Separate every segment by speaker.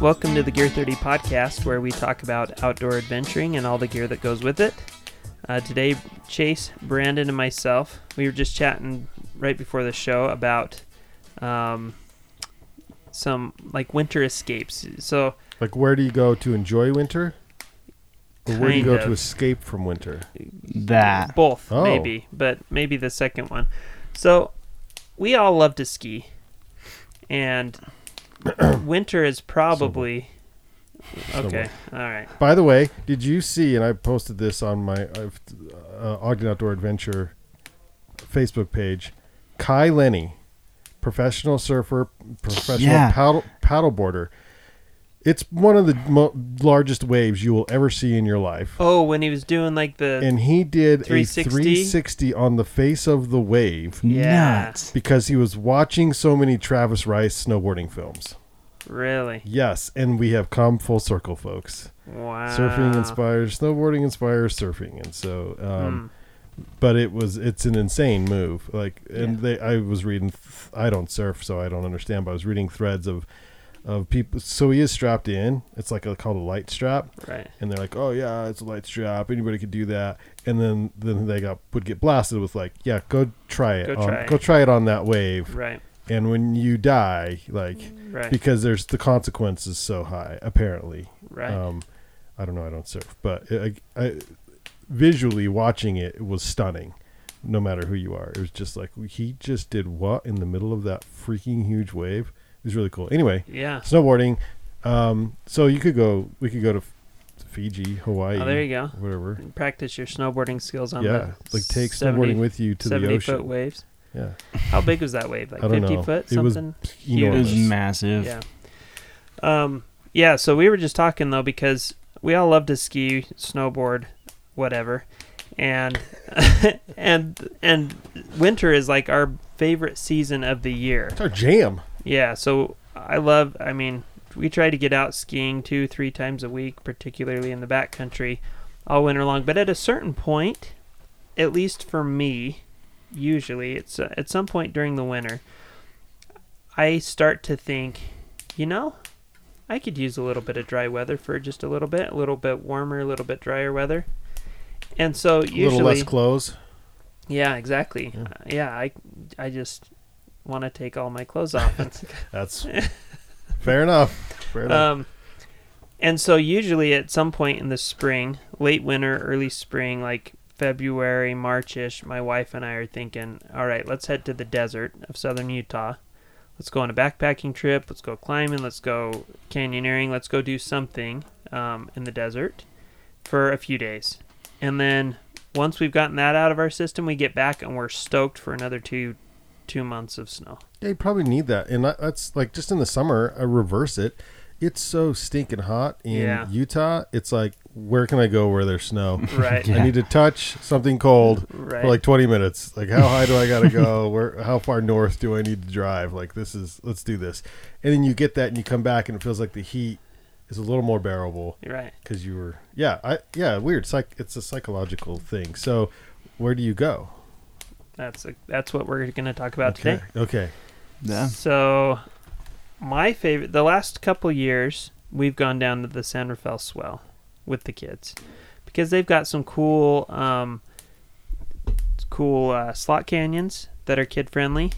Speaker 1: Welcome to the Gear 30 podcast, where we talk about outdoor adventuring and all the gear that goes with it. Uh, today, Chase, Brandon, and myself, we were just chatting right before the show about um, some like winter escapes. So,
Speaker 2: Like, where do you go to enjoy winter? Or where do you go
Speaker 1: Kind
Speaker 2: to
Speaker 1: of.
Speaker 2: escape from winter?
Speaker 3: That.
Speaker 1: both
Speaker 2: Oh.
Speaker 1: maybe, but maybe the second one. So, we all love to ski, and winter is probably okay. All right.
Speaker 2: By the way, did you see? And I posted this on my I've- uh, Ogden Outdoor Adventure Facebook page. Kai Lenny, professional surfer, professional
Speaker 3: Yeah.
Speaker 2: paddle paddleboarder. It's one of the mo- largest waves you will ever see in your life.
Speaker 1: Oh, when he was doing like the
Speaker 2: And he did
Speaker 1: 360?
Speaker 2: a 360 on the face of the wave
Speaker 1: Yeah.
Speaker 3: Nuts.
Speaker 2: because he was watching so many Travis Rice snowboarding films.
Speaker 1: really
Speaker 2: Yes, and we have come full circle, folks.
Speaker 1: wow
Speaker 2: surfing inspires snowboarding inspires surfing and so um but it was it's an insane move like and they i was reading th- i don't surf so i don't understand but i was reading threads of of people so he is strapped in it's like a, called a light strap
Speaker 1: right.
Speaker 2: and they're like oh yeah it's a light strap anybody could do that and then then they got would get blasted with like yeah go try it
Speaker 1: Go
Speaker 2: on,
Speaker 1: try it."
Speaker 2: go try it on that wave
Speaker 1: Right,
Speaker 2: and when you die like
Speaker 1: right,
Speaker 2: because there's the consequence is so high apparently
Speaker 1: right.
Speaker 2: um, I don't know. I don't surf, but I, I, visually watching it, it was stunning. No matter who you are, it was just like he just did what in the middle of that freaking huge wave. It was really cool. Anyway,
Speaker 1: yeah.
Speaker 2: snowboarding. Um, so you could go. We could go to F- Fiji, Hawaii.
Speaker 1: Oh, there you go.
Speaker 2: Whatever.
Speaker 1: Practice your snowboarding skills on
Speaker 2: yeah,
Speaker 1: the
Speaker 2: like take
Speaker 1: 70
Speaker 2: snowboarding with you to the
Speaker 1: 70
Speaker 2: ocean.
Speaker 1: foot waves.
Speaker 2: Yeah,
Speaker 1: How big was that wave? Like
Speaker 2: I don't
Speaker 1: 50
Speaker 2: know.
Speaker 1: foot
Speaker 2: It was
Speaker 1: something?
Speaker 3: It
Speaker 2: enormous.
Speaker 3: was massive.
Speaker 1: Yeah. Um yeah, so we were just talking though because we all love to ski, snowboard, whatever. And and and winter is like our favorite season of the year.
Speaker 2: It's our jam.
Speaker 1: Yeah, so I love. I mean, we try to get out skiing two, three times a week, particularly in the backcountry, all winter long. But at a certain point, at least for me, usually it's uh, at some point during the winter, I start to think, you know, I could use a little bit of dry weather for just a little bit, a little bit warmer, a little bit drier weather. And so
Speaker 2: A little less
Speaker 1: usually,
Speaker 2: clothes.
Speaker 1: yeah, exactly.
Speaker 2: Yeah.
Speaker 1: Uh, yeah, I, I just want to take all my clothes off and
Speaker 2: That's fair enough. Fair enough.
Speaker 1: Um, and so usually at some point in the spring, late winter, early spring, like February, Marchish, my wife and I are thinking, all right, let's head to the desert of southern Utah. Let's go on a backpacking trip. Let's go climbing. Let's go canyoneering. Let's go do something um, in the desert for a few days. And then once we've gotten that out of our system, we get back and we're stoked for another two two months of snow.
Speaker 2: Yeah, you probably need that, and that, that's like just in the summer. I reverse it. It's so stinking hot in
Speaker 1: Yeah.
Speaker 2: Utah. It's like, where can I go where there's snow?
Speaker 1: Right.
Speaker 2: I need to touch something cold
Speaker 1: Right.
Speaker 2: for like 20 minutes. Like, how high do I gotta go? Where? How far north do I need to drive? Like, this is let's do this. And then you get that, and you come back, and it feels like the heat is a little more bearable
Speaker 1: Right.
Speaker 2: because you were, yeah, I, yeah, weird. It's like it's a psychological thing. So, where do you go?
Speaker 1: That's a, that's what we're going to talk about today.
Speaker 2: Okay. Okay.
Speaker 3: Yeah.
Speaker 1: So, my favorite, the last couple years, we've gone down to the San Rafael Swell with the kids because they've got some cool, um, cool uh, slot canyons that are kid friendly.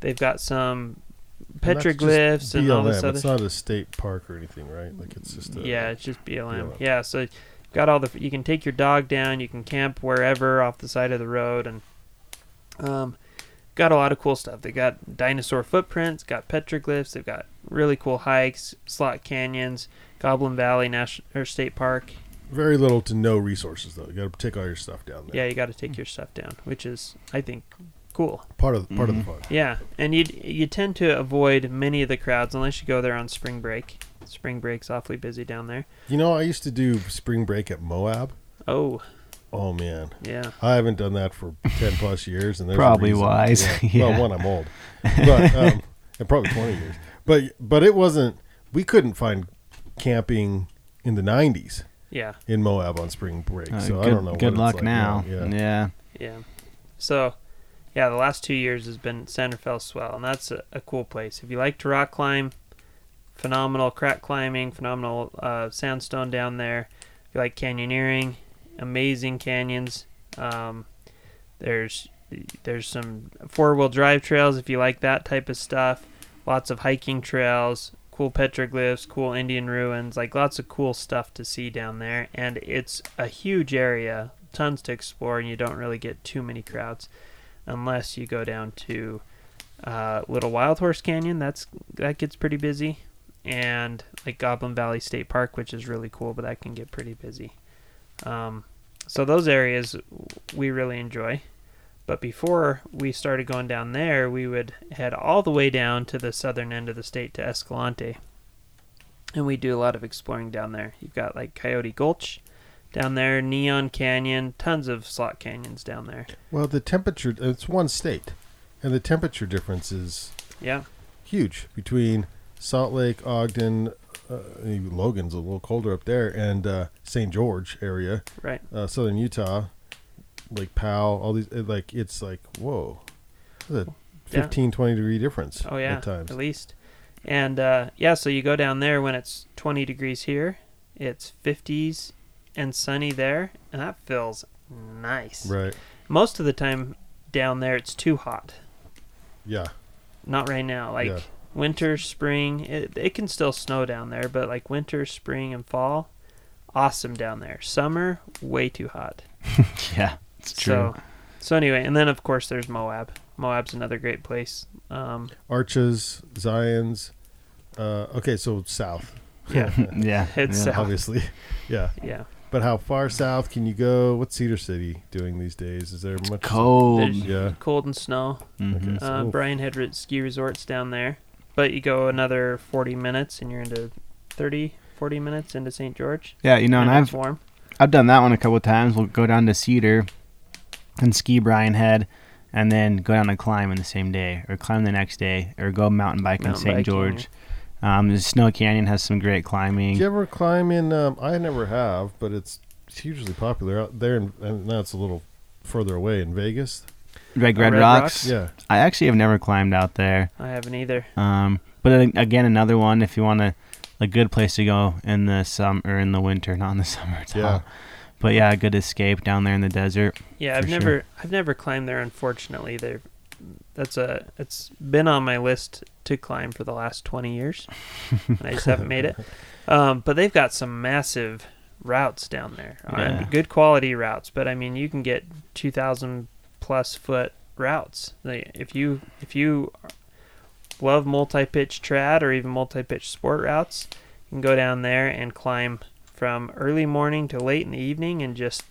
Speaker 1: They've got some
Speaker 2: that's just
Speaker 1: petroglyphs and all
Speaker 2: BLM.
Speaker 1: this other
Speaker 2: It's not a state park or anything, right? Like it's just a,
Speaker 1: yeah, it's just BLM.
Speaker 2: BLM.
Speaker 1: Yeah, so got all the. You can take your dog down. You can camp wherever off the side of the road, and um, got a lot of cool stuff. They got dinosaur footprints, got petroglyphs. They've got really cool hikes, slot canyons, Goblin Valley National or State Park.
Speaker 2: very little to no resources though. You got to take all your stuff down there.
Speaker 1: Yeah, you got to take your stuff down, which is I think cool.
Speaker 2: Part of part
Speaker 1: Mm-hmm.
Speaker 2: of the fun.
Speaker 1: Yeah, and you you tend to avoid many of the crowds unless you go there on spring break. Spring break's awfully busy down there.
Speaker 2: You know, I used to do spring break at Moab.
Speaker 1: Oh,
Speaker 2: Oh man,
Speaker 1: yeah.
Speaker 2: I haven't done that for ten plus years, and there's a
Speaker 3: Probably
Speaker 2: reason.
Speaker 3: wise, yeah.
Speaker 2: Well, one, I'm old, but um, and probably twenty years. But but it wasn't. We couldn't find camping in the '90s
Speaker 1: Yeah.
Speaker 2: in Moab on spring break,
Speaker 3: Uh,
Speaker 2: so
Speaker 3: good
Speaker 2: I don't know. what
Speaker 3: good
Speaker 2: it's
Speaker 3: luck
Speaker 2: like
Speaker 3: now.
Speaker 2: Yeah.
Speaker 3: yeah.
Speaker 1: Yeah. So, yeah, the last two years has been Santa Fe Swell, and that's a, a cool place. If you like to rock climb, phenomenal crack climbing, phenomenal uh, sandstone down there. If you like canyoneering, amazing canyons. Um, there's there's some four wheel drive trails if you like that type of stuff. Lots of hiking trails, cool petroglyphs, cool Indian ruins, like lots of cool stuff to see down there. And it's a huge area, tons to explore, and you don't really get too many crowds unless you go down to uh, Little Wild Horse Canyon. That's that gets pretty busy, and like Goblin Valley State Park, which is really cool, but that can get pretty busy. Um, so those areas we really enjoy. But before we started going down there, we would head all the way down to the southern end of the state to Escalante. And we do a lot of exploring down there. You've got like Coyote Gulch down there, Neon Canyon, tons of slot canyons down there.
Speaker 2: Well, the temperature—it's one state, and the temperature difference is
Speaker 1: Yeah.
Speaker 2: huge between Salt Lake, Ogden, uh, Logan's a little colder up there, and uh, St. George area.
Speaker 1: Right.
Speaker 2: uh, southern Utah, like Powell, all these, it, like it's like whoa, that's a
Speaker 1: Yeah.
Speaker 2: 15, 20 degree difference.
Speaker 1: Oh yeah,
Speaker 2: at times.
Speaker 1: at least. And uh, yeah, so you go down there when it's 20 degrees here, it's 50s and sunny there, and that feels nice.
Speaker 2: Right?
Speaker 1: Most of the time down there, it's too hot.
Speaker 2: Yeah.
Speaker 1: Not right now. Like
Speaker 2: Yeah.
Speaker 1: winter, spring, it, it can still snow down there, but like winter, spring, and fall, awesome down there. Summer, way too hot.
Speaker 3: Yeah. It's true.
Speaker 1: So, so anyway, and then of course there's Moab. Moab's another great place. Um,
Speaker 2: Arches, Zion's. Uh, okay, so south,
Speaker 1: yeah,
Speaker 3: yeah.
Speaker 1: It's, uh,
Speaker 3: yeah.
Speaker 1: South.
Speaker 2: obviously. yeah,
Speaker 1: yeah.
Speaker 2: but how far south can you go? What's Cedar City doing these days? Is there much?
Speaker 3: cold.
Speaker 1: There's-
Speaker 2: Yeah.
Speaker 1: Cold and snow.
Speaker 3: Mhm.
Speaker 2: Okay.
Speaker 1: uh,
Speaker 2: Oof.
Speaker 1: Brian Head Re- Ski Resorts down there. But you go another 40 minutes and you're into 30, 40 minutes into St. George.
Speaker 3: Yeah, you know, and
Speaker 1: it's
Speaker 3: I've
Speaker 1: warm.
Speaker 3: I've done that one a couple of times. We'll go down to Cedar and ski Brian Head and then go down and climb in the same day or climb the next day or go mountain bike in
Speaker 1: Mountain biking,
Speaker 3: St. George. Um, the Snow Canyon has some great climbing.
Speaker 2: Did you ever climb in? Um, I never have, but it's it's hugely popular out there, in, and now it's a little further away in Vegas.
Speaker 3: Red,
Speaker 1: Uh,
Speaker 3: Red
Speaker 1: Red
Speaker 3: Rocks.
Speaker 1: Rocks?
Speaker 2: Yeah,
Speaker 3: I actually have never climbed out there.
Speaker 1: I haven't either.
Speaker 3: Um, but a- again, another one if you want to, a good place to go in the summer or in the winter, not in the summer. It's
Speaker 2: Yeah.
Speaker 3: hot. But yeah, a good escape down there in the desert.
Speaker 1: Yeah, I've
Speaker 3: For
Speaker 1: never I've never climbed there unfortunately. There that's a it's been on my list to climb for the last 20 years. and I just haven't made it. Um, but they've got some massive routes down there. Uh,
Speaker 3: Yeah.
Speaker 1: good quality routes, but I mean you can get 2000 plus foot routes. They, if you if you love multi-pitch trad or even multi-pitch sport routes, you can go down there and climb from early morning to late in the evening and just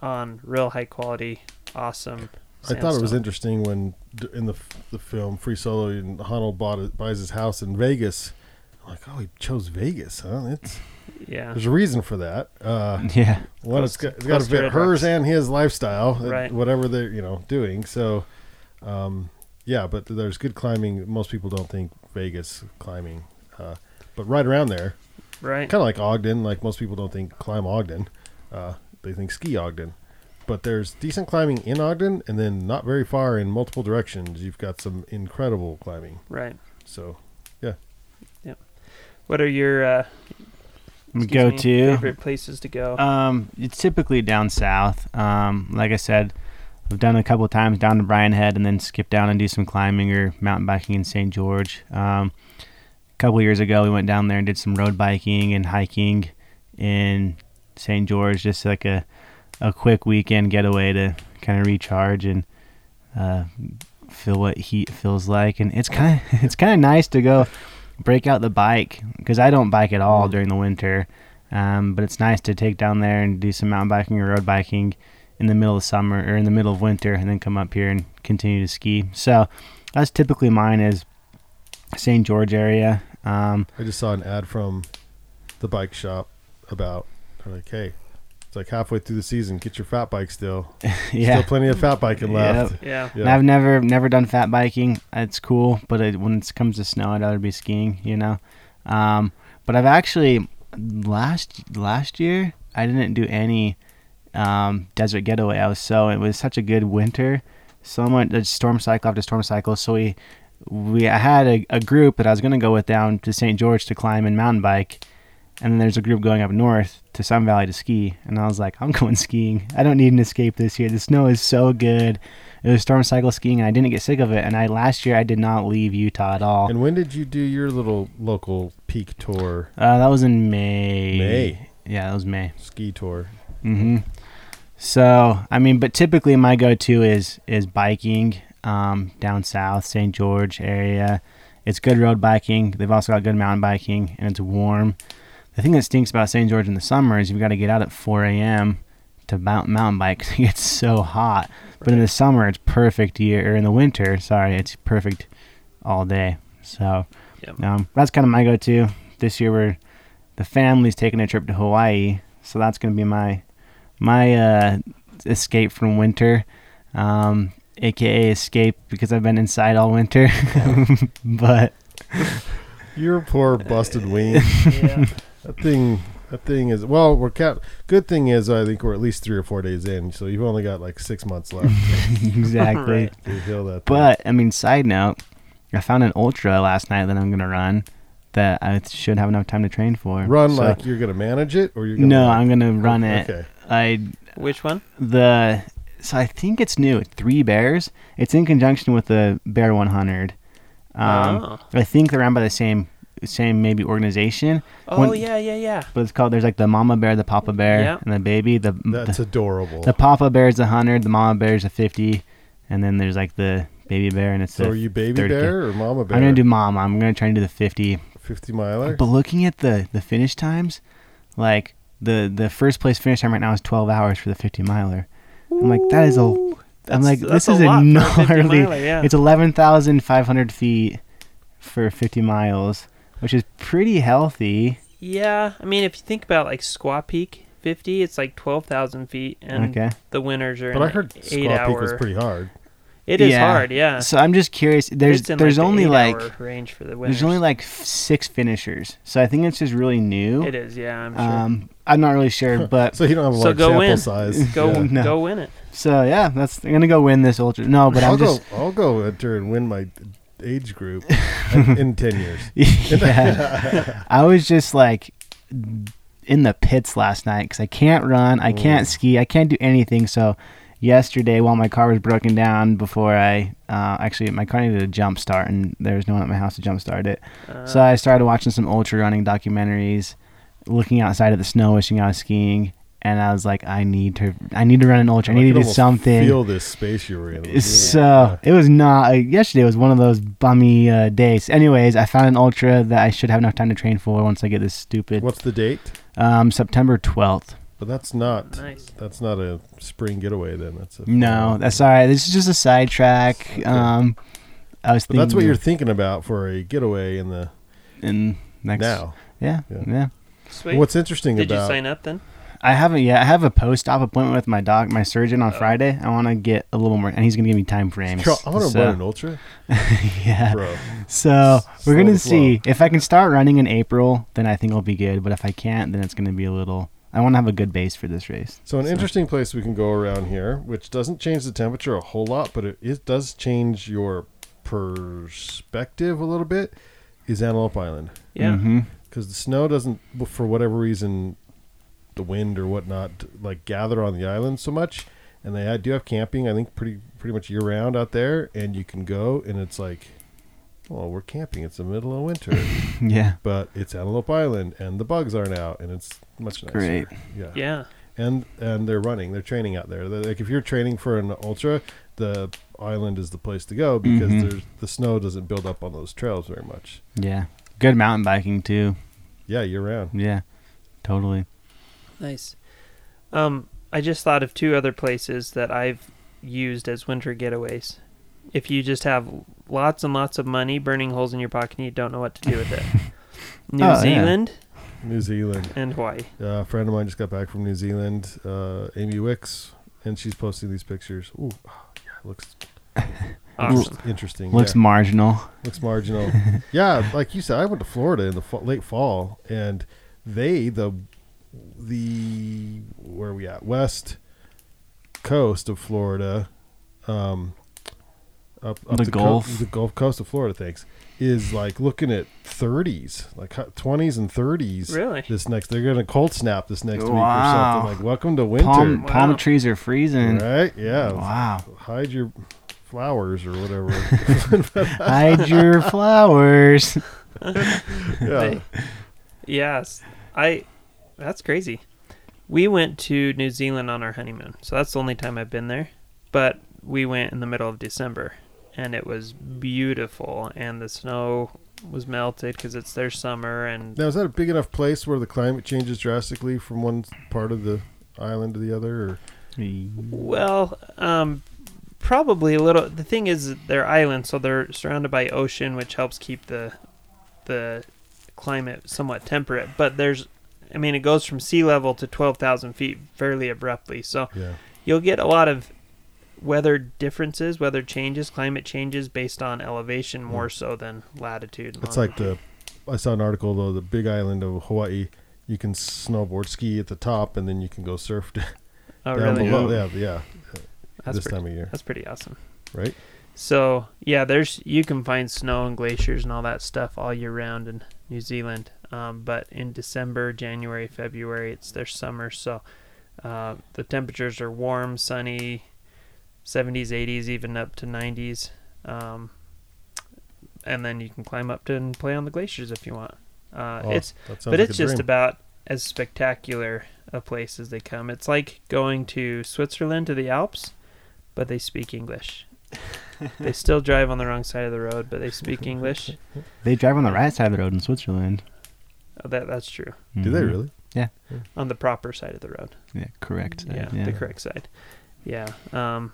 Speaker 1: on real high quality, awesome.
Speaker 2: I thought it was
Speaker 1: sandstone.
Speaker 2: interesting when d- in the f- the film Free Solo, and Honnold bought it, buys his house in Vegas. I'm like, oh, he chose Vegas, huh? It's,
Speaker 1: Yeah,
Speaker 2: there's a reason for that. Uh,
Speaker 3: Yeah.
Speaker 2: one,
Speaker 1: Close-
Speaker 2: it's got, it's got to
Speaker 1: close to
Speaker 2: fit
Speaker 1: Red
Speaker 2: hers
Speaker 1: Rocks.
Speaker 2: and his lifestyle, uh,
Speaker 1: Right.
Speaker 2: whatever they're you know doing. So, um, yeah, but there's good climbing. Most people don't think Vegas climbing, uh, but right around there,
Speaker 1: right.
Speaker 2: kind of like Ogden. Like most people don't think climb Ogden, uh, they think ski Ogden. But there's decent climbing in Ogden, and then not very far in multiple directions. You've got some incredible climbing.
Speaker 1: Right.
Speaker 2: So
Speaker 1: What are your uh, excuse
Speaker 3: go
Speaker 1: me,
Speaker 3: to. Uh,
Speaker 1: favorite places to go?
Speaker 3: Um, it's typically down south. Um, like I said, I've done it a couple of times down to Bryan Head and then skip down and do some climbing or mountain biking in St. George. Um, a couple years ago, we went down there and did some road biking and hiking in St. George, just like a, a quick weekend getaway to kind of recharge and uh, feel what heat feels like. And it's kind of it's kind of nice to go break out the bike because I don't bike at all during the winter. Um, but it's nice to take down there and do some mountain biking or road biking in the middle of summer or in the middle of winter and then come up here and continue to ski. So that's typically mine is St. George area. Um,
Speaker 2: I just saw an ad from the bike shop about they're like, hey, it's like halfway through the season, get your fat bike still.
Speaker 3: yeah.
Speaker 2: Still plenty of fat biking left.
Speaker 1: Yeah.
Speaker 3: And I've never never done fat biking. It's cool, but it, when it comes to snow, I'd rather be skiing, you know. Um, but I've actually last last year I didn't do any um, desert getaway. I was so it was such a good winter. So I went to storm cycle after storm cycle. So we we I had a, a group that I was gonna go with down to St. George to climb and mountain bike, and then there's a group going up north to Sun Valley to ski. And I was like, I'm going skiing. I don't need an escape this year. The snow is so good. It was storm cycle skiing, and I didn't get sick of it. And I last year I did not leave Utah at all.
Speaker 2: And when did you do your little local peak tour,
Speaker 3: Uh, that was in May.
Speaker 2: May.
Speaker 3: Yeah, that was May.
Speaker 2: ski tour?
Speaker 3: hmm So I mean, but typically my go-to is is biking um, down south, St. George area. It's good road biking. They've also got good mountain biking, and it's warm. The thing that stinks about St. George in the summer is you've got to get out at 4 a.m. to mount, mountain bike. 'cause It gets so hot. But in the summer, it's perfect year. Or in the winter, sorry, it's perfect all day. So
Speaker 1: Yep.
Speaker 3: um, that's kind of my go-to. This year, we're the family's taking a trip to Hawaii, so that's going to be my my uh, escape from winter, um, aka escape because I've been inside all winter. but
Speaker 2: Your poor busted wing.
Speaker 1: Yeah.
Speaker 2: That thing. That thing is well. We're cap- good thing is I think we're at least three or four days in, so you've only got like six months left
Speaker 3: exactly.
Speaker 1: Right.
Speaker 2: to heal that. thing.
Speaker 3: But I mean, side note, I found an ultra last night that I'm going to run that I should have enough time to train for.
Speaker 2: run
Speaker 3: So-
Speaker 2: like you're gonna manage it, or you're gonna
Speaker 3: no, I'm going to run it.
Speaker 2: Okay,
Speaker 3: I
Speaker 1: Which one?
Speaker 3: the so I think it's new. Three Bears. It's in conjunction with the Bear 100. Um,
Speaker 1: oh.
Speaker 3: I think they're run by the same same maybe organization,
Speaker 1: Oh
Speaker 3: when-
Speaker 1: yeah, yeah, yeah.
Speaker 3: but it's called. There's like the Mama Bear, the Papa Bear,
Speaker 1: Yep.
Speaker 3: and the baby. The
Speaker 2: that's
Speaker 3: the,
Speaker 2: adorable.
Speaker 3: the Papa Bear is a hundred. The Mama Bear is a fifty, and then there's like the baby bear, and it's
Speaker 2: so
Speaker 3: the
Speaker 2: are you baby
Speaker 3: 30K.
Speaker 2: bear or mama bear?
Speaker 3: I'm gonna do Mama. I'm gonna try and do the fifty.
Speaker 2: fifty miler.
Speaker 3: But looking at the the finish times, like the the first place finish time right now is 12 hours for the 50 miler. I'm like that is a.
Speaker 1: Ooh,
Speaker 3: I'm
Speaker 1: that's-
Speaker 3: like
Speaker 1: that's
Speaker 3: this is
Speaker 1: a
Speaker 3: a,
Speaker 1: lot for a 50
Speaker 3: gnarly.
Speaker 1: miler, yeah.
Speaker 3: It's 11,500 feet for 50 miles, which is pretty healthy.
Speaker 1: Yeah, I mean, if you think about like Squaw Peak 50, it's like 12,000 feet, and
Speaker 3: Okay.
Speaker 1: the winters are.
Speaker 2: But
Speaker 1: in
Speaker 2: I
Speaker 1: like
Speaker 2: heard
Speaker 1: eight
Speaker 2: Squaw
Speaker 1: hour.
Speaker 2: Peak was pretty hard.
Speaker 1: It is
Speaker 3: Yeah.
Speaker 1: hard, yeah.
Speaker 3: So I'm just curious. There's
Speaker 1: It's in,
Speaker 3: there's
Speaker 1: the
Speaker 3: only like
Speaker 1: eight-hour range for the winters.
Speaker 3: there's only like f- six finishers. So I think it's just really new.
Speaker 1: It is, yeah. I'm sure.
Speaker 3: Um, I'm not really sure, but
Speaker 2: So you don't have a
Speaker 1: So
Speaker 2: large
Speaker 1: go
Speaker 2: sample
Speaker 1: in.
Speaker 2: size.
Speaker 1: go
Speaker 2: Yeah.
Speaker 3: No.
Speaker 1: go win it.
Speaker 3: so yeah, that's I'm gonna go win this ultra. No, but
Speaker 2: I'll
Speaker 3: I'm just
Speaker 2: go. I'll go enter and win my age group in ten years.
Speaker 3: yeah. I was just like in the pits last night because I can't run, I can't ski, I can't do anything. So yesterday, while my car was broken down, before I uh, actually my car needed a jump start, and there was no one at my house to jump start it.
Speaker 1: Uh,
Speaker 3: So I started watching some ultra running documentaries, looking outside at the snow, wishing I was skiing. And I was like, I need to, I need to run an ultra. I
Speaker 2: could
Speaker 3: need to do
Speaker 2: almost
Speaker 3: something. uh,
Speaker 2: Feel this space you were in. It was
Speaker 3: So it was not. Like, yesterday was one of those bummy uh, days. Anyways, I found an ultra that I should have enough time to train for once I get this
Speaker 2: really-
Speaker 3: stupid.
Speaker 2: What's the date?
Speaker 3: Um, September twelfth.
Speaker 2: But that's not.
Speaker 1: nice.
Speaker 2: That's not a spring getaway. Then that's a
Speaker 3: No, that's all right. This is just a sidetrack. Um, I was
Speaker 2: But
Speaker 3: thinking.
Speaker 2: that's what you're thinking about for a getaway in the
Speaker 3: in next.
Speaker 2: now.
Speaker 3: Yeah,
Speaker 2: Yeah.
Speaker 3: yeah,
Speaker 1: Sweet.
Speaker 2: What's interesting
Speaker 1: Did you
Speaker 2: about
Speaker 1: sign up then?
Speaker 3: I haven't yet. I have a post-op appointment with my doc, my surgeon on Friday. I want to get a little more, and he's gonna give me time frames.
Speaker 2: Girl, Uh. I want to
Speaker 3: So-
Speaker 2: run an ultra,
Speaker 3: yeah.
Speaker 2: bro.
Speaker 3: So
Speaker 2: S-
Speaker 3: we're
Speaker 2: slow
Speaker 3: gonna
Speaker 2: and
Speaker 3: see if I can start running in April. Then I think it'll be good. But if I can't, then it's gonna be a little. I want to have a good base for this race.
Speaker 2: So an interesting place we can go around here, which doesn't change the temperature a whole lot, but it, it does change your perspective a little bit, is Antelope Island.
Speaker 1: Yeah.
Speaker 3: hmm
Speaker 2: because the snow doesn't, for whatever reason, the wind or whatnot, like gather on the island so much, and they do have camping. I think pretty pretty much year round out there, and you can go and it's like, well, we're camping. It's the middle of winter,
Speaker 3: Yeah.
Speaker 2: but it's Antelope Island, and the bugs aren't out, and it's much nicer.
Speaker 3: Great.
Speaker 2: Yeah.
Speaker 1: Yeah.
Speaker 2: And and they're running. They're training out there. They're- like if you're training for an ultra, the island is the place to go because
Speaker 3: Mhm.
Speaker 2: there's the snow doesn't build up on those trails very much.
Speaker 3: Yeah. Good mountain biking too.
Speaker 2: Yeah, year round.
Speaker 3: Yeah. Totally.
Speaker 1: Nice. Um, I just thought of two other places that I've used as winter getaways. If you just have lots and lots of money burning holes in your pocket and you don't know what to do with it, New
Speaker 3: Oh, yeah.
Speaker 1: Zealand
Speaker 2: New Zealand.
Speaker 1: and Hawaii.
Speaker 2: Uh, a friend of mine just got back from New Zealand, uh, Amy Wicks, and she's posting these pictures. Ooh, oh, yeah, looks
Speaker 1: Awesome.
Speaker 2: interesting.
Speaker 3: Looks
Speaker 2: yeah.
Speaker 3: marginal.
Speaker 2: looks marginal. yeah, like you said, I went to Florida in the fa- late fall, and they the the where are we at west coast of Florida, um, up, up
Speaker 3: The
Speaker 2: co-
Speaker 3: Gulf.
Speaker 2: the Gulf Coast of Florida. Thanks is like looking at 30s, like hu- 20s and 30s.
Speaker 1: Really?
Speaker 2: This next, they're gonna cold snap this next
Speaker 3: Wow.
Speaker 2: week or something. Like, welcome to winter,
Speaker 3: Palm
Speaker 1: Wow.
Speaker 3: palm trees are freezing.
Speaker 2: right? Yeah.
Speaker 3: Wow.
Speaker 2: Hide your flowers or whatever.
Speaker 3: Hide your flowers.
Speaker 2: yeah.
Speaker 1: They- yes. I. That's crazy. We went to New Zealand on our honeymoon, so that's the only time I've been there. But we went in the middle of December, and it was beautiful, and the snow was melted because it's their summer, and
Speaker 2: Now, is that a big enough place where the climate changes drastically from one part of the island to the other? Or
Speaker 1: Well, um, probably a little. The thing is, they're islands, so they're surrounded by ocean, which helps keep the the climate somewhat temperate. But there's, I mean, it goes from sea level to twelve thousand feet fairly abruptly. So
Speaker 2: yeah,
Speaker 1: you'll get a lot of weather differences, weather changes, climate changes based on elevation more so than latitude. and
Speaker 2: Hmm. it's like
Speaker 1: longitude.
Speaker 2: the I saw an article though the big island of Hawaii. You can snowboard ski at the top, and then you can go surf d-
Speaker 1: oh
Speaker 2: down
Speaker 1: really?
Speaker 2: below. Yeah, yeah.
Speaker 1: That's
Speaker 2: this
Speaker 1: pretty,
Speaker 2: time of year,
Speaker 1: that's pretty awesome.
Speaker 2: right?
Speaker 1: So yeah, there's you can find snow and glaciers and all that stuff all year round in New Zealand. Um, but in December, January, February, it's their summer, so uh, the temperatures are warm, sunny, 70s, 80s, even up to 90s. Um, and then you can climb up to and play on the glaciers if you want. Uh,
Speaker 2: Oh,
Speaker 1: it's
Speaker 2: that sounds
Speaker 1: but
Speaker 2: like
Speaker 1: it's
Speaker 2: a
Speaker 1: just
Speaker 2: dream.
Speaker 1: about as spectacular a place as they come. It's like going to Switzerland to the Alps, but they speak English. they still drive on the wrong side of the road, but they speak English.
Speaker 3: They drive on the right side of the road in Switzerland.
Speaker 1: Oh, that that's true.
Speaker 2: Do they
Speaker 1: Mm-hmm.
Speaker 3: Mhm.
Speaker 2: really?
Speaker 1: On the proper side of the road.
Speaker 3: Yeah, correct.
Speaker 1: yeah,
Speaker 3: side,
Speaker 1: the correct side. Yeah. Um,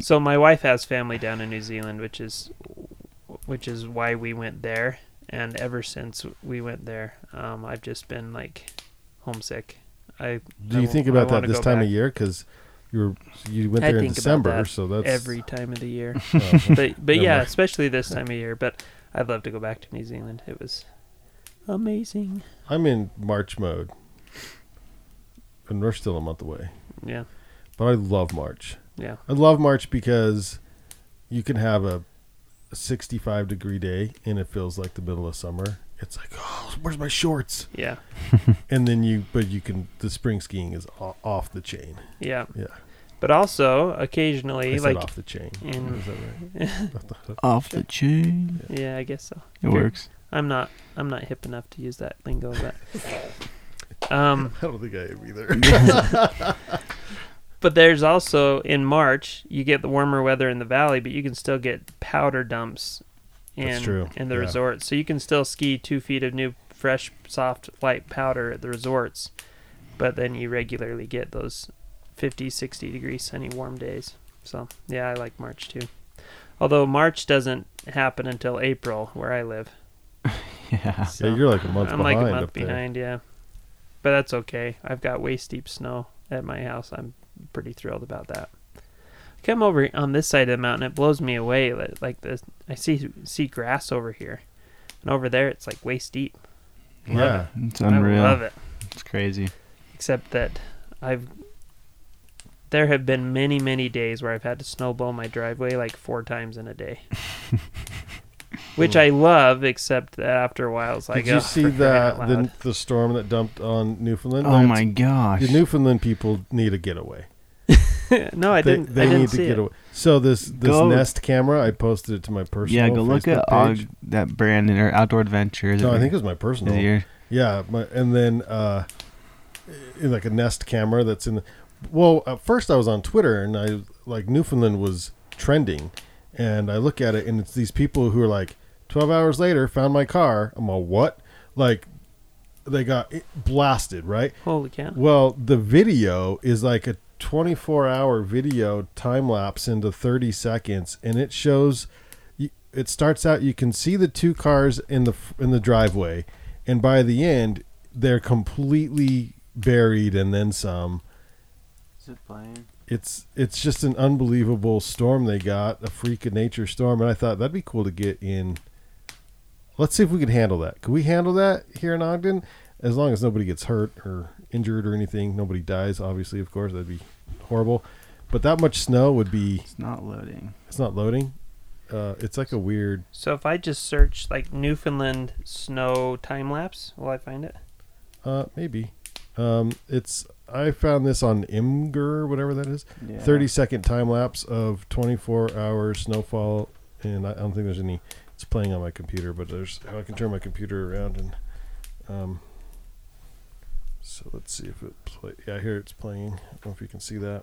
Speaker 1: so my wife has family down in New Zealand, which is which is why we went there. And ever since we went there, um, I've just been like homesick. I
Speaker 2: Do
Speaker 1: I
Speaker 2: you
Speaker 1: wa-
Speaker 2: think
Speaker 1: I
Speaker 2: about that
Speaker 1: wanna
Speaker 2: this
Speaker 1: go
Speaker 2: time
Speaker 1: back.
Speaker 2: of year? Because you were you went
Speaker 1: I
Speaker 2: there in
Speaker 1: think about
Speaker 2: December,
Speaker 1: that
Speaker 2: so that's
Speaker 1: every time of the year.
Speaker 2: oh,
Speaker 1: but but
Speaker 2: Never
Speaker 1: yeah,
Speaker 2: mind.
Speaker 1: especially this time of year. But I'd love to go back to New Zealand. It was amazing.
Speaker 2: I'm in March mode, and we're still a month away.
Speaker 1: Yeah,
Speaker 2: But I love March.
Speaker 1: yeah,
Speaker 2: I love March because you can have a 65 degree day and it feels like the middle of summer. It's like, oh, where's my shorts?
Speaker 1: yeah,
Speaker 2: And then you, but you can, the spring skiing is o- off the chain.
Speaker 1: yeah.
Speaker 2: Yeah.
Speaker 1: But also
Speaker 2: I
Speaker 1: occasionally,
Speaker 2: said
Speaker 1: like
Speaker 2: off the chain.
Speaker 1: in-
Speaker 2: Is that right?
Speaker 3: Off the chain.
Speaker 1: yeah, I guess so.
Speaker 3: It works.
Speaker 1: I'm not I'm not hip enough to use that lingo, but um,
Speaker 2: I don't think I am either.
Speaker 1: but there's also in March you get the warmer weather in the valley, but you can still get powder dumps in
Speaker 2: That's true,
Speaker 1: in the
Speaker 2: yeah.
Speaker 1: resorts, so you can still ski two feet of new fresh soft light powder at the resorts, but then you regularly get those 50, 60 degree sunny warm days. So yeah, I like March too. Although March doesn't happen until April where I live.
Speaker 3: Yeah.
Speaker 2: Yeah,
Speaker 1: so-
Speaker 2: you're like a month
Speaker 1: I'm
Speaker 2: behind.
Speaker 1: like a month
Speaker 2: up there.
Speaker 1: behind, yeah. But that's okay. I've got waist deep snow at my house. I'm pretty thrilled about that. Come over on this side of the mountain, it blows me away. li- Like the I see see grass over here, and over there it's like waist deep. Love
Speaker 2: Yeah.
Speaker 1: it.
Speaker 3: It's
Speaker 1: I
Speaker 3: unreal.
Speaker 1: love it.
Speaker 3: It's crazy.
Speaker 1: Except that I've there have been many many days where I've had to snow blow my driveway like four times in a day. Which I love, except that after a while it's like.
Speaker 2: Did you
Speaker 1: "Ugh,
Speaker 2: see
Speaker 1: for crying
Speaker 2: that
Speaker 1: out
Speaker 2: the,
Speaker 1: loud."
Speaker 2: the storm that dumped on Newfoundland?
Speaker 3: Oh
Speaker 2: That's-
Speaker 3: my gosh.
Speaker 2: The Newfoundland people need a getaway.
Speaker 1: no, I
Speaker 2: they,
Speaker 1: didn't.
Speaker 2: they
Speaker 1: I didn't
Speaker 2: need
Speaker 1: see
Speaker 2: to get
Speaker 1: it.
Speaker 2: away. So this this
Speaker 3: Go-
Speaker 2: Nest camera, I posted it to my personal.
Speaker 3: yeah, go look
Speaker 2: Facebook
Speaker 3: at all
Speaker 2: page.
Speaker 3: that brand or Outdoor Adventures.
Speaker 2: No, I think it was my personal.
Speaker 3: year.
Speaker 2: Yeah, my, and then uh, in like a Nest camera that's in. The, well, at first I was on Twitter and I like Newfoundland was trending, and I look at it and it's these people who are like, twelve hours later found my car. I'm all what? Like, they got blasted right.
Speaker 1: Holy cow!
Speaker 2: Well, the video is like a 24 hour video time lapse into 30 seconds, and it shows. you- It starts out you can see the two cars in the in the driveway, and by the end they're completely buried and then some. It's it's just an unbelievable storm they got, a freak of nature storm, and I thought that'd be cool to get in. Let's see if we can handle that. Can we handle that here in Ogden? As long as nobody gets hurt or injured or anything, nobody dies. Obviously, of course, that'd be horrible. But that much snow would be.
Speaker 3: It's not loading.
Speaker 2: It's not loading. Uh, it's like a weird.
Speaker 1: So if I just search like Newfoundland snow time lapse, will I find it?
Speaker 2: Uh, maybe. Um, it's. I found this on Imgur, whatever that is.
Speaker 3: Yeah.
Speaker 2: 30 second time lapse of 24 hour snowfall and i I don't think there's any it's playing on my computer but there's how i can turn my computer around and um so let's see if it play yeah here it's playing i don't know if you can see that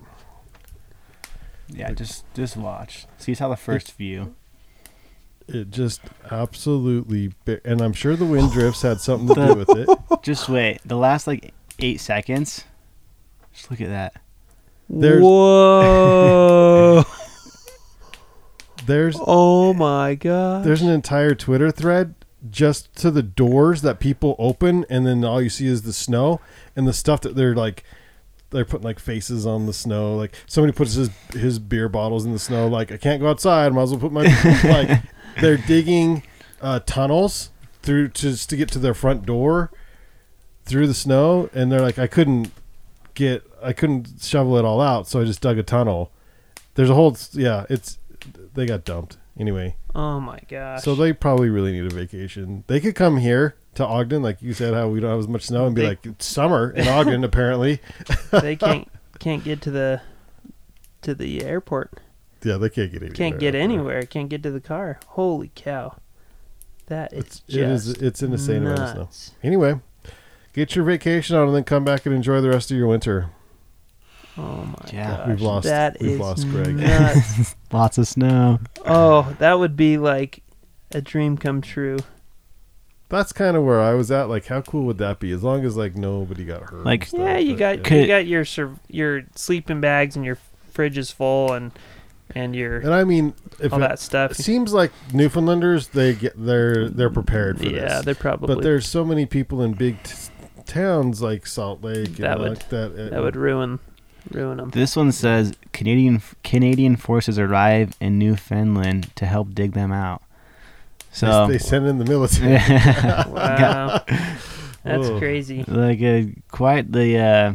Speaker 3: Yeah, just just watch. See it's how the first view.
Speaker 2: it just absolutely ba- and i'm sure the wind drifts had something to do with it
Speaker 3: just wait. The last like eight seconds. Just look at that.
Speaker 2: There's-
Speaker 1: Whoa!
Speaker 2: there's
Speaker 1: oh my god!
Speaker 2: there's an entire twitter thread just to the doors that people open and then all you see is the snow and the stuff that they're like they're putting like faces on the snow like somebody puts his his beer bottles in the snow like i can't go outside might as well put my like they're digging uh, tunnels through to, just to get to their front door through the snow and they're like i couldn't get i couldn't shovel it all out so i just dug a tunnel there's a whole yeah it's they got dumped anyway
Speaker 1: Oh my gosh!
Speaker 2: so they probably really need a vacation. They could come here to Ogden, like you said, how we don't have as much snow, and be
Speaker 1: They-
Speaker 2: like, it's summer in Ogden, apparently.
Speaker 1: they can't can't get to the to the airport.
Speaker 2: Yeah, they can't get anywhere.
Speaker 1: Can't get
Speaker 2: out there.
Speaker 1: anywhere. Can't get to the car. Holy cow! That is
Speaker 2: It's it is
Speaker 1: just
Speaker 2: it's an insane amount of snow.
Speaker 1: nuts.
Speaker 2: Anyway, get your vacation on and then come back and enjoy the rest of your winter.
Speaker 1: Oh my
Speaker 3: Yeah.
Speaker 1: gosh!
Speaker 2: We've lost-
Speaker 1: that
Speaker 2: we've
Speaker 1: is
Speaker 2: lost Greg.
Speaker 1: nuts.
Speaker 3: Lots of snow.
Speaker 1: oh, that would be like a dream come true.
Speaker 2: That's kind of where I was at. Like, how cool would that be? As long as like nobody got hurt. and
Speaker 3: Like-
Speaker 2: stuff,
Speaker 1: Yeah, you
Speaker 2: but-
Speaker 1: got you
Speaker 3: Could-
Speaker 1: got your sur- your sleeping bags and your fridge is full and and your
Speaker 2: And I mean, if
Speaker 1: all
Speaker 2: it,
Speaker 1: that stuff.
Speaker 2: it seems like Newfoundlanders, they get they're they're prepared for
Speaker 1: yeah,
Speaker 2: this.
Speaker 1: they're probably
Speaker 2: But there's so many people in big t- towns like Salt Lake
Speaker 1: That
Speaker 2: and
Speaker 1: would-
Speaker 2: like that. uh,
Speaker 1: that would ruin ruin them.
Speaker 3: This one says Canadian Canadian forces arrive in Newfoundland to help dig them out.
Speaker 2: they-
Speaker 3: So
Speaker 2: they send in the military.
Speaker 3: like
Speaker 1: wow, that's
Speaker 2: Whoa.
Speaker 1: crazy.
Speaker 3: uh, quite the uh,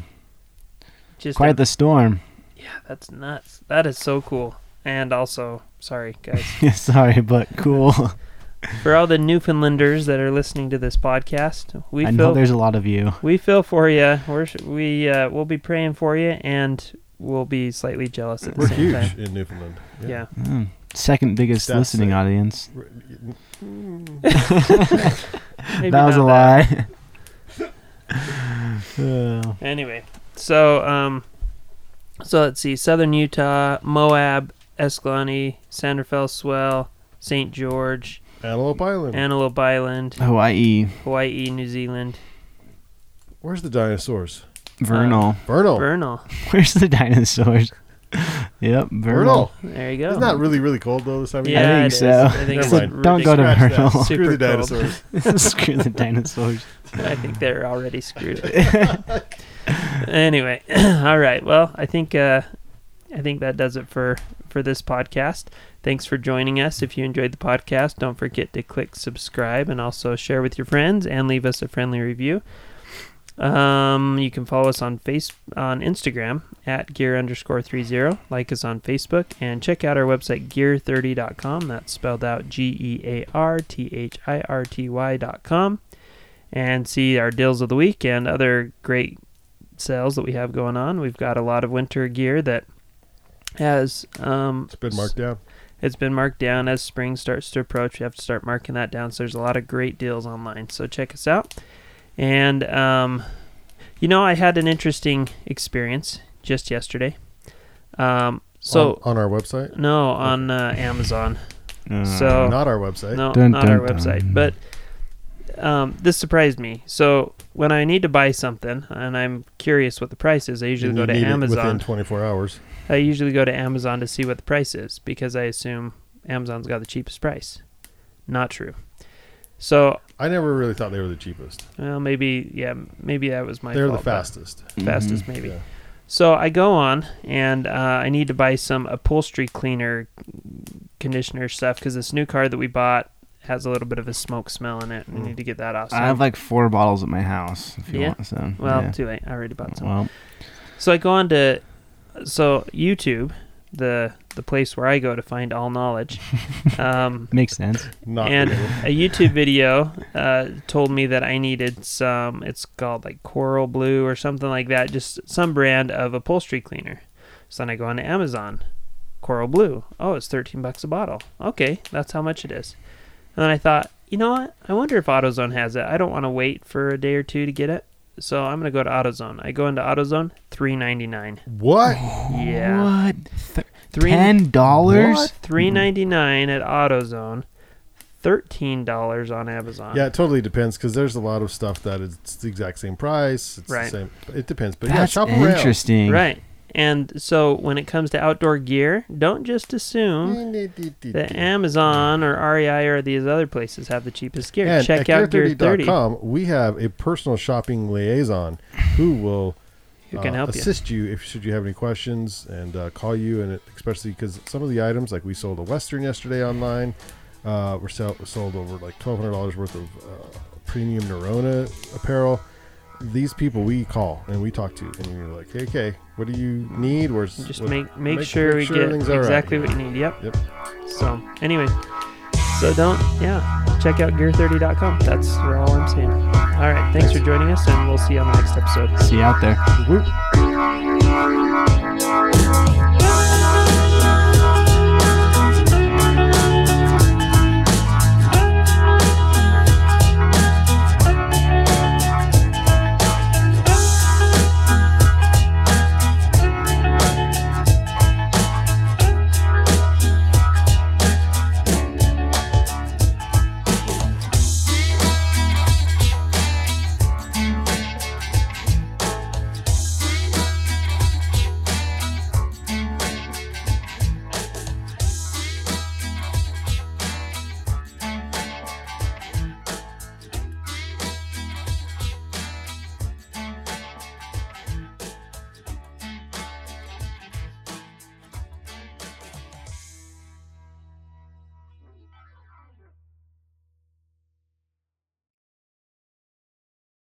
Speaker 1: Just
Speaker 3: quite the storm.
Speaker 1: yeah, that's nuts. That is so cool. And also, sorry guys,
Speaker 3: Sorry, but cool.
Speaker 1: for all the Newfoundlanders that are listening to this podcast, we
Speaker 3: I know
Speaker 1: feel
Speaker 3: there's a lot of you.
Speaker 1: we feel for you. We're sh- we uh, we'll be praying for you, and we'll be slightly jealous at the
Speaker 2: We're
Speaker 1: same
Speaker 2: huge
Speaker 1: time.
Speaker 2: in Newfoundland.
Speaker 1: Yeah.
Speaker 3: Mm. Second biggest
Speaker 2: That's
Speaker 3: listening
Speaker 2: it.
Speaker 3: audience.
Speaker 2: We're-
Speaker 1: Maybe
Speaker 3: that was a
Speaker 1: not
Speaker 3: lie. Uh,
Speaker 1: Anyway, so um, so let's see: Southern Utah, Moab, Escalante, Santa Fe Swell, St. George,
Speaker 2: Antelope Island.
Speaker 1: Antelope Island,
Speaker 3: Hawaii,
Speaker 1: Hawaii, New Zealand,
Speaker 2: Where's the dinosaurs?
Speaker 3: Vernal.
Speaker 1: Uh.
Speaker 2: Vernal.
Speaker 1: Vernal.
Speaker 3: Where's the dinosaurs? yep,
Speaker 2: Vernal.
Speaker 3: Vernal.
Speaker 1: There you go.
Speaker 2: It's not really really cold though this time of
Speaker 1: Yeah,
Speaker 2: year.
Speaker 3: I
Speaker 1: it
Speaker 3: think
Speaker 1: is.
Speaker 3: so.
Speaker 1: I think it's
Speaker 2: Never mind.
Speaker 3: Don't go to
Speaker 1: ridiculous.
Speaker 2: Scratch that.
Speaker 3: Vernal.
Speaker 2: Screw the
Speaker 1: Super cold.
Speaker 2: dinosaurs.
Speaker 3: Screw the dinosaurs.
Speaker 1: I think they're already screwed. anyway, all right. Well, I think uh, I think that does it for for this podcast. Thanks for joining us. If you enjoyed the podcast, don't forget to click subscribe and also share with your friends and leave us a friendly review. Um, you can follow us on face on Instagram at gear underscore three zero. Like us on Facebook and check out our website gear30.com. That's spelled out G E A R T H I R T Y dot com and see our deals of the week and other great sales that we have going on. We've got a lot of winter gear that as um,
Speaker 2: It's been marked down.
Speaker 1: it's been marked down as spring starts to approach. You have to start marking that down. So there's a lot of great deals online. So check us out. And um, you know, I had an interesting experience just yesterday. Um, so
Speaker 2: on, on our website,
Speaker 1: no, on uh, Amazon.
Speaker 3: Uh,
Speaker 1: So-
Speaker 2: not our website.
Speaker 1: No,
Speaker 3: Dun,
Speaker 1: not
Speaker 3: dun,
Speaker 1: our website.
Speaker 3: dun.
Speaker 1: But um, this surprised me. So when I need to buy something and I'm curious what the price is, I usually
Speaker 2: And
Speaker 1: go
Speaker 2: you
Speaker 1: to
Speaker 2: need it within
Speaker 1: Amazon.
Speaker 2: 24 hours.
Speaker 1: I usually go to Amazon to see what the price is because I assume Amazon's got the cheapest price. Not true. So
Speaker 2: I never really thought they were the cheapest.
Speaker 1: well, maybe yeah, maybe that was my
Speaker 2: They're the
Speaker 1: fault, but
Speaker 2: fastest.
Speaker 1: fastest maybe.
Speaker 2: Yeah.
Speaker 1: So I go on and uh, I need to buy some upholstery cleaner, conditioner stuff because this new car that we bought has a little bit of a smoke smell in it. and We
Speaker 2: Mm.
Speaker 1: need to get that off. So
Speaker 3: I have like four bottles at my house. If you
Speaker 1: Yeah.
Speaker 3: want some.
Speaker 1: Well,
Speaker 3: yeah.
Speaker 1: too late. I already bought some.
Speaker 3: well,
Speaker 1: So I go on to so YouTube, the the place where I go to find all knowledge. um,
Speaker 3: makes sense.
Speaker 2: Not
Speaker 1: and
Speaker 2: really.
Speaker 1: a YouTube video uh, told me that I needed some. It's called like Coral Blue or something like that. Just some brand of upholstery cleaner. So then I go on to Amazon, Coral Blue. Oh, it's thirteen bucks a bottle. Okay, that's how much it is. And then I thought, you know what? I wonder if AutoZone has it. I don't want to wait for a day or two to get it. So I'm gonna go to AutoZone. I go into AutoZone, three ninety nine.
Speaker 2: What?
Speaker 1: Yeah,
Speaker 3: What?
Speaker 1: three
Speaker 3: Ten dollars?
Speaker 1: three ninety nine at AutoZone, thirteen dollars on Amazon.
Speaker 2: Yeah, it totally depends because there's a lot of stuff that it's the exact same price. It's
Speaker 1: Right.
Speaker 2: the same. It depends, but yeah,
Speaker 3: That's
Speaker 2: shop around.
Speaker 3: interesting.
Speaker 1: Right. And so when it comes to outdoor gear, don't just assume that
Speaker 2: And
Speaker 1: Amazon or REI or these other places have the cheapest gear.
Speaker 2: at
Speaker 1: Check out Gear 30 who
Speaker 2: gear30.com, we have a personal shopping liaison who will
Speaker 1: can
Speaker 2: uh,
Speaker 1: help you.
Speaker 2: assist you. if should you have any questions and uh, call you. And it, especially because some of the items, like we sold a Western yesterday online, uh, were sell, sold over like twelve hundred dollars worth of uh, premium Nerona apparel. These people we call and we talk to, and you're like, hey, okay, what do you need? Where's
Speaker 1: Just
Speaker 2: what-
Speaker 1: make, make sure we get
Speaker 2: everything's all right."
Speaker 1: exactly what you need. Yep.
Speaker 2: Yep.
Speaker 1: So anyway, so don't, yeah, check out gear30.com. That's all I'm saying. All right. Thanks for joining us, and we'll see you on the next episode.
Speaker 3: See you out there.
Speaker 2: Whoop.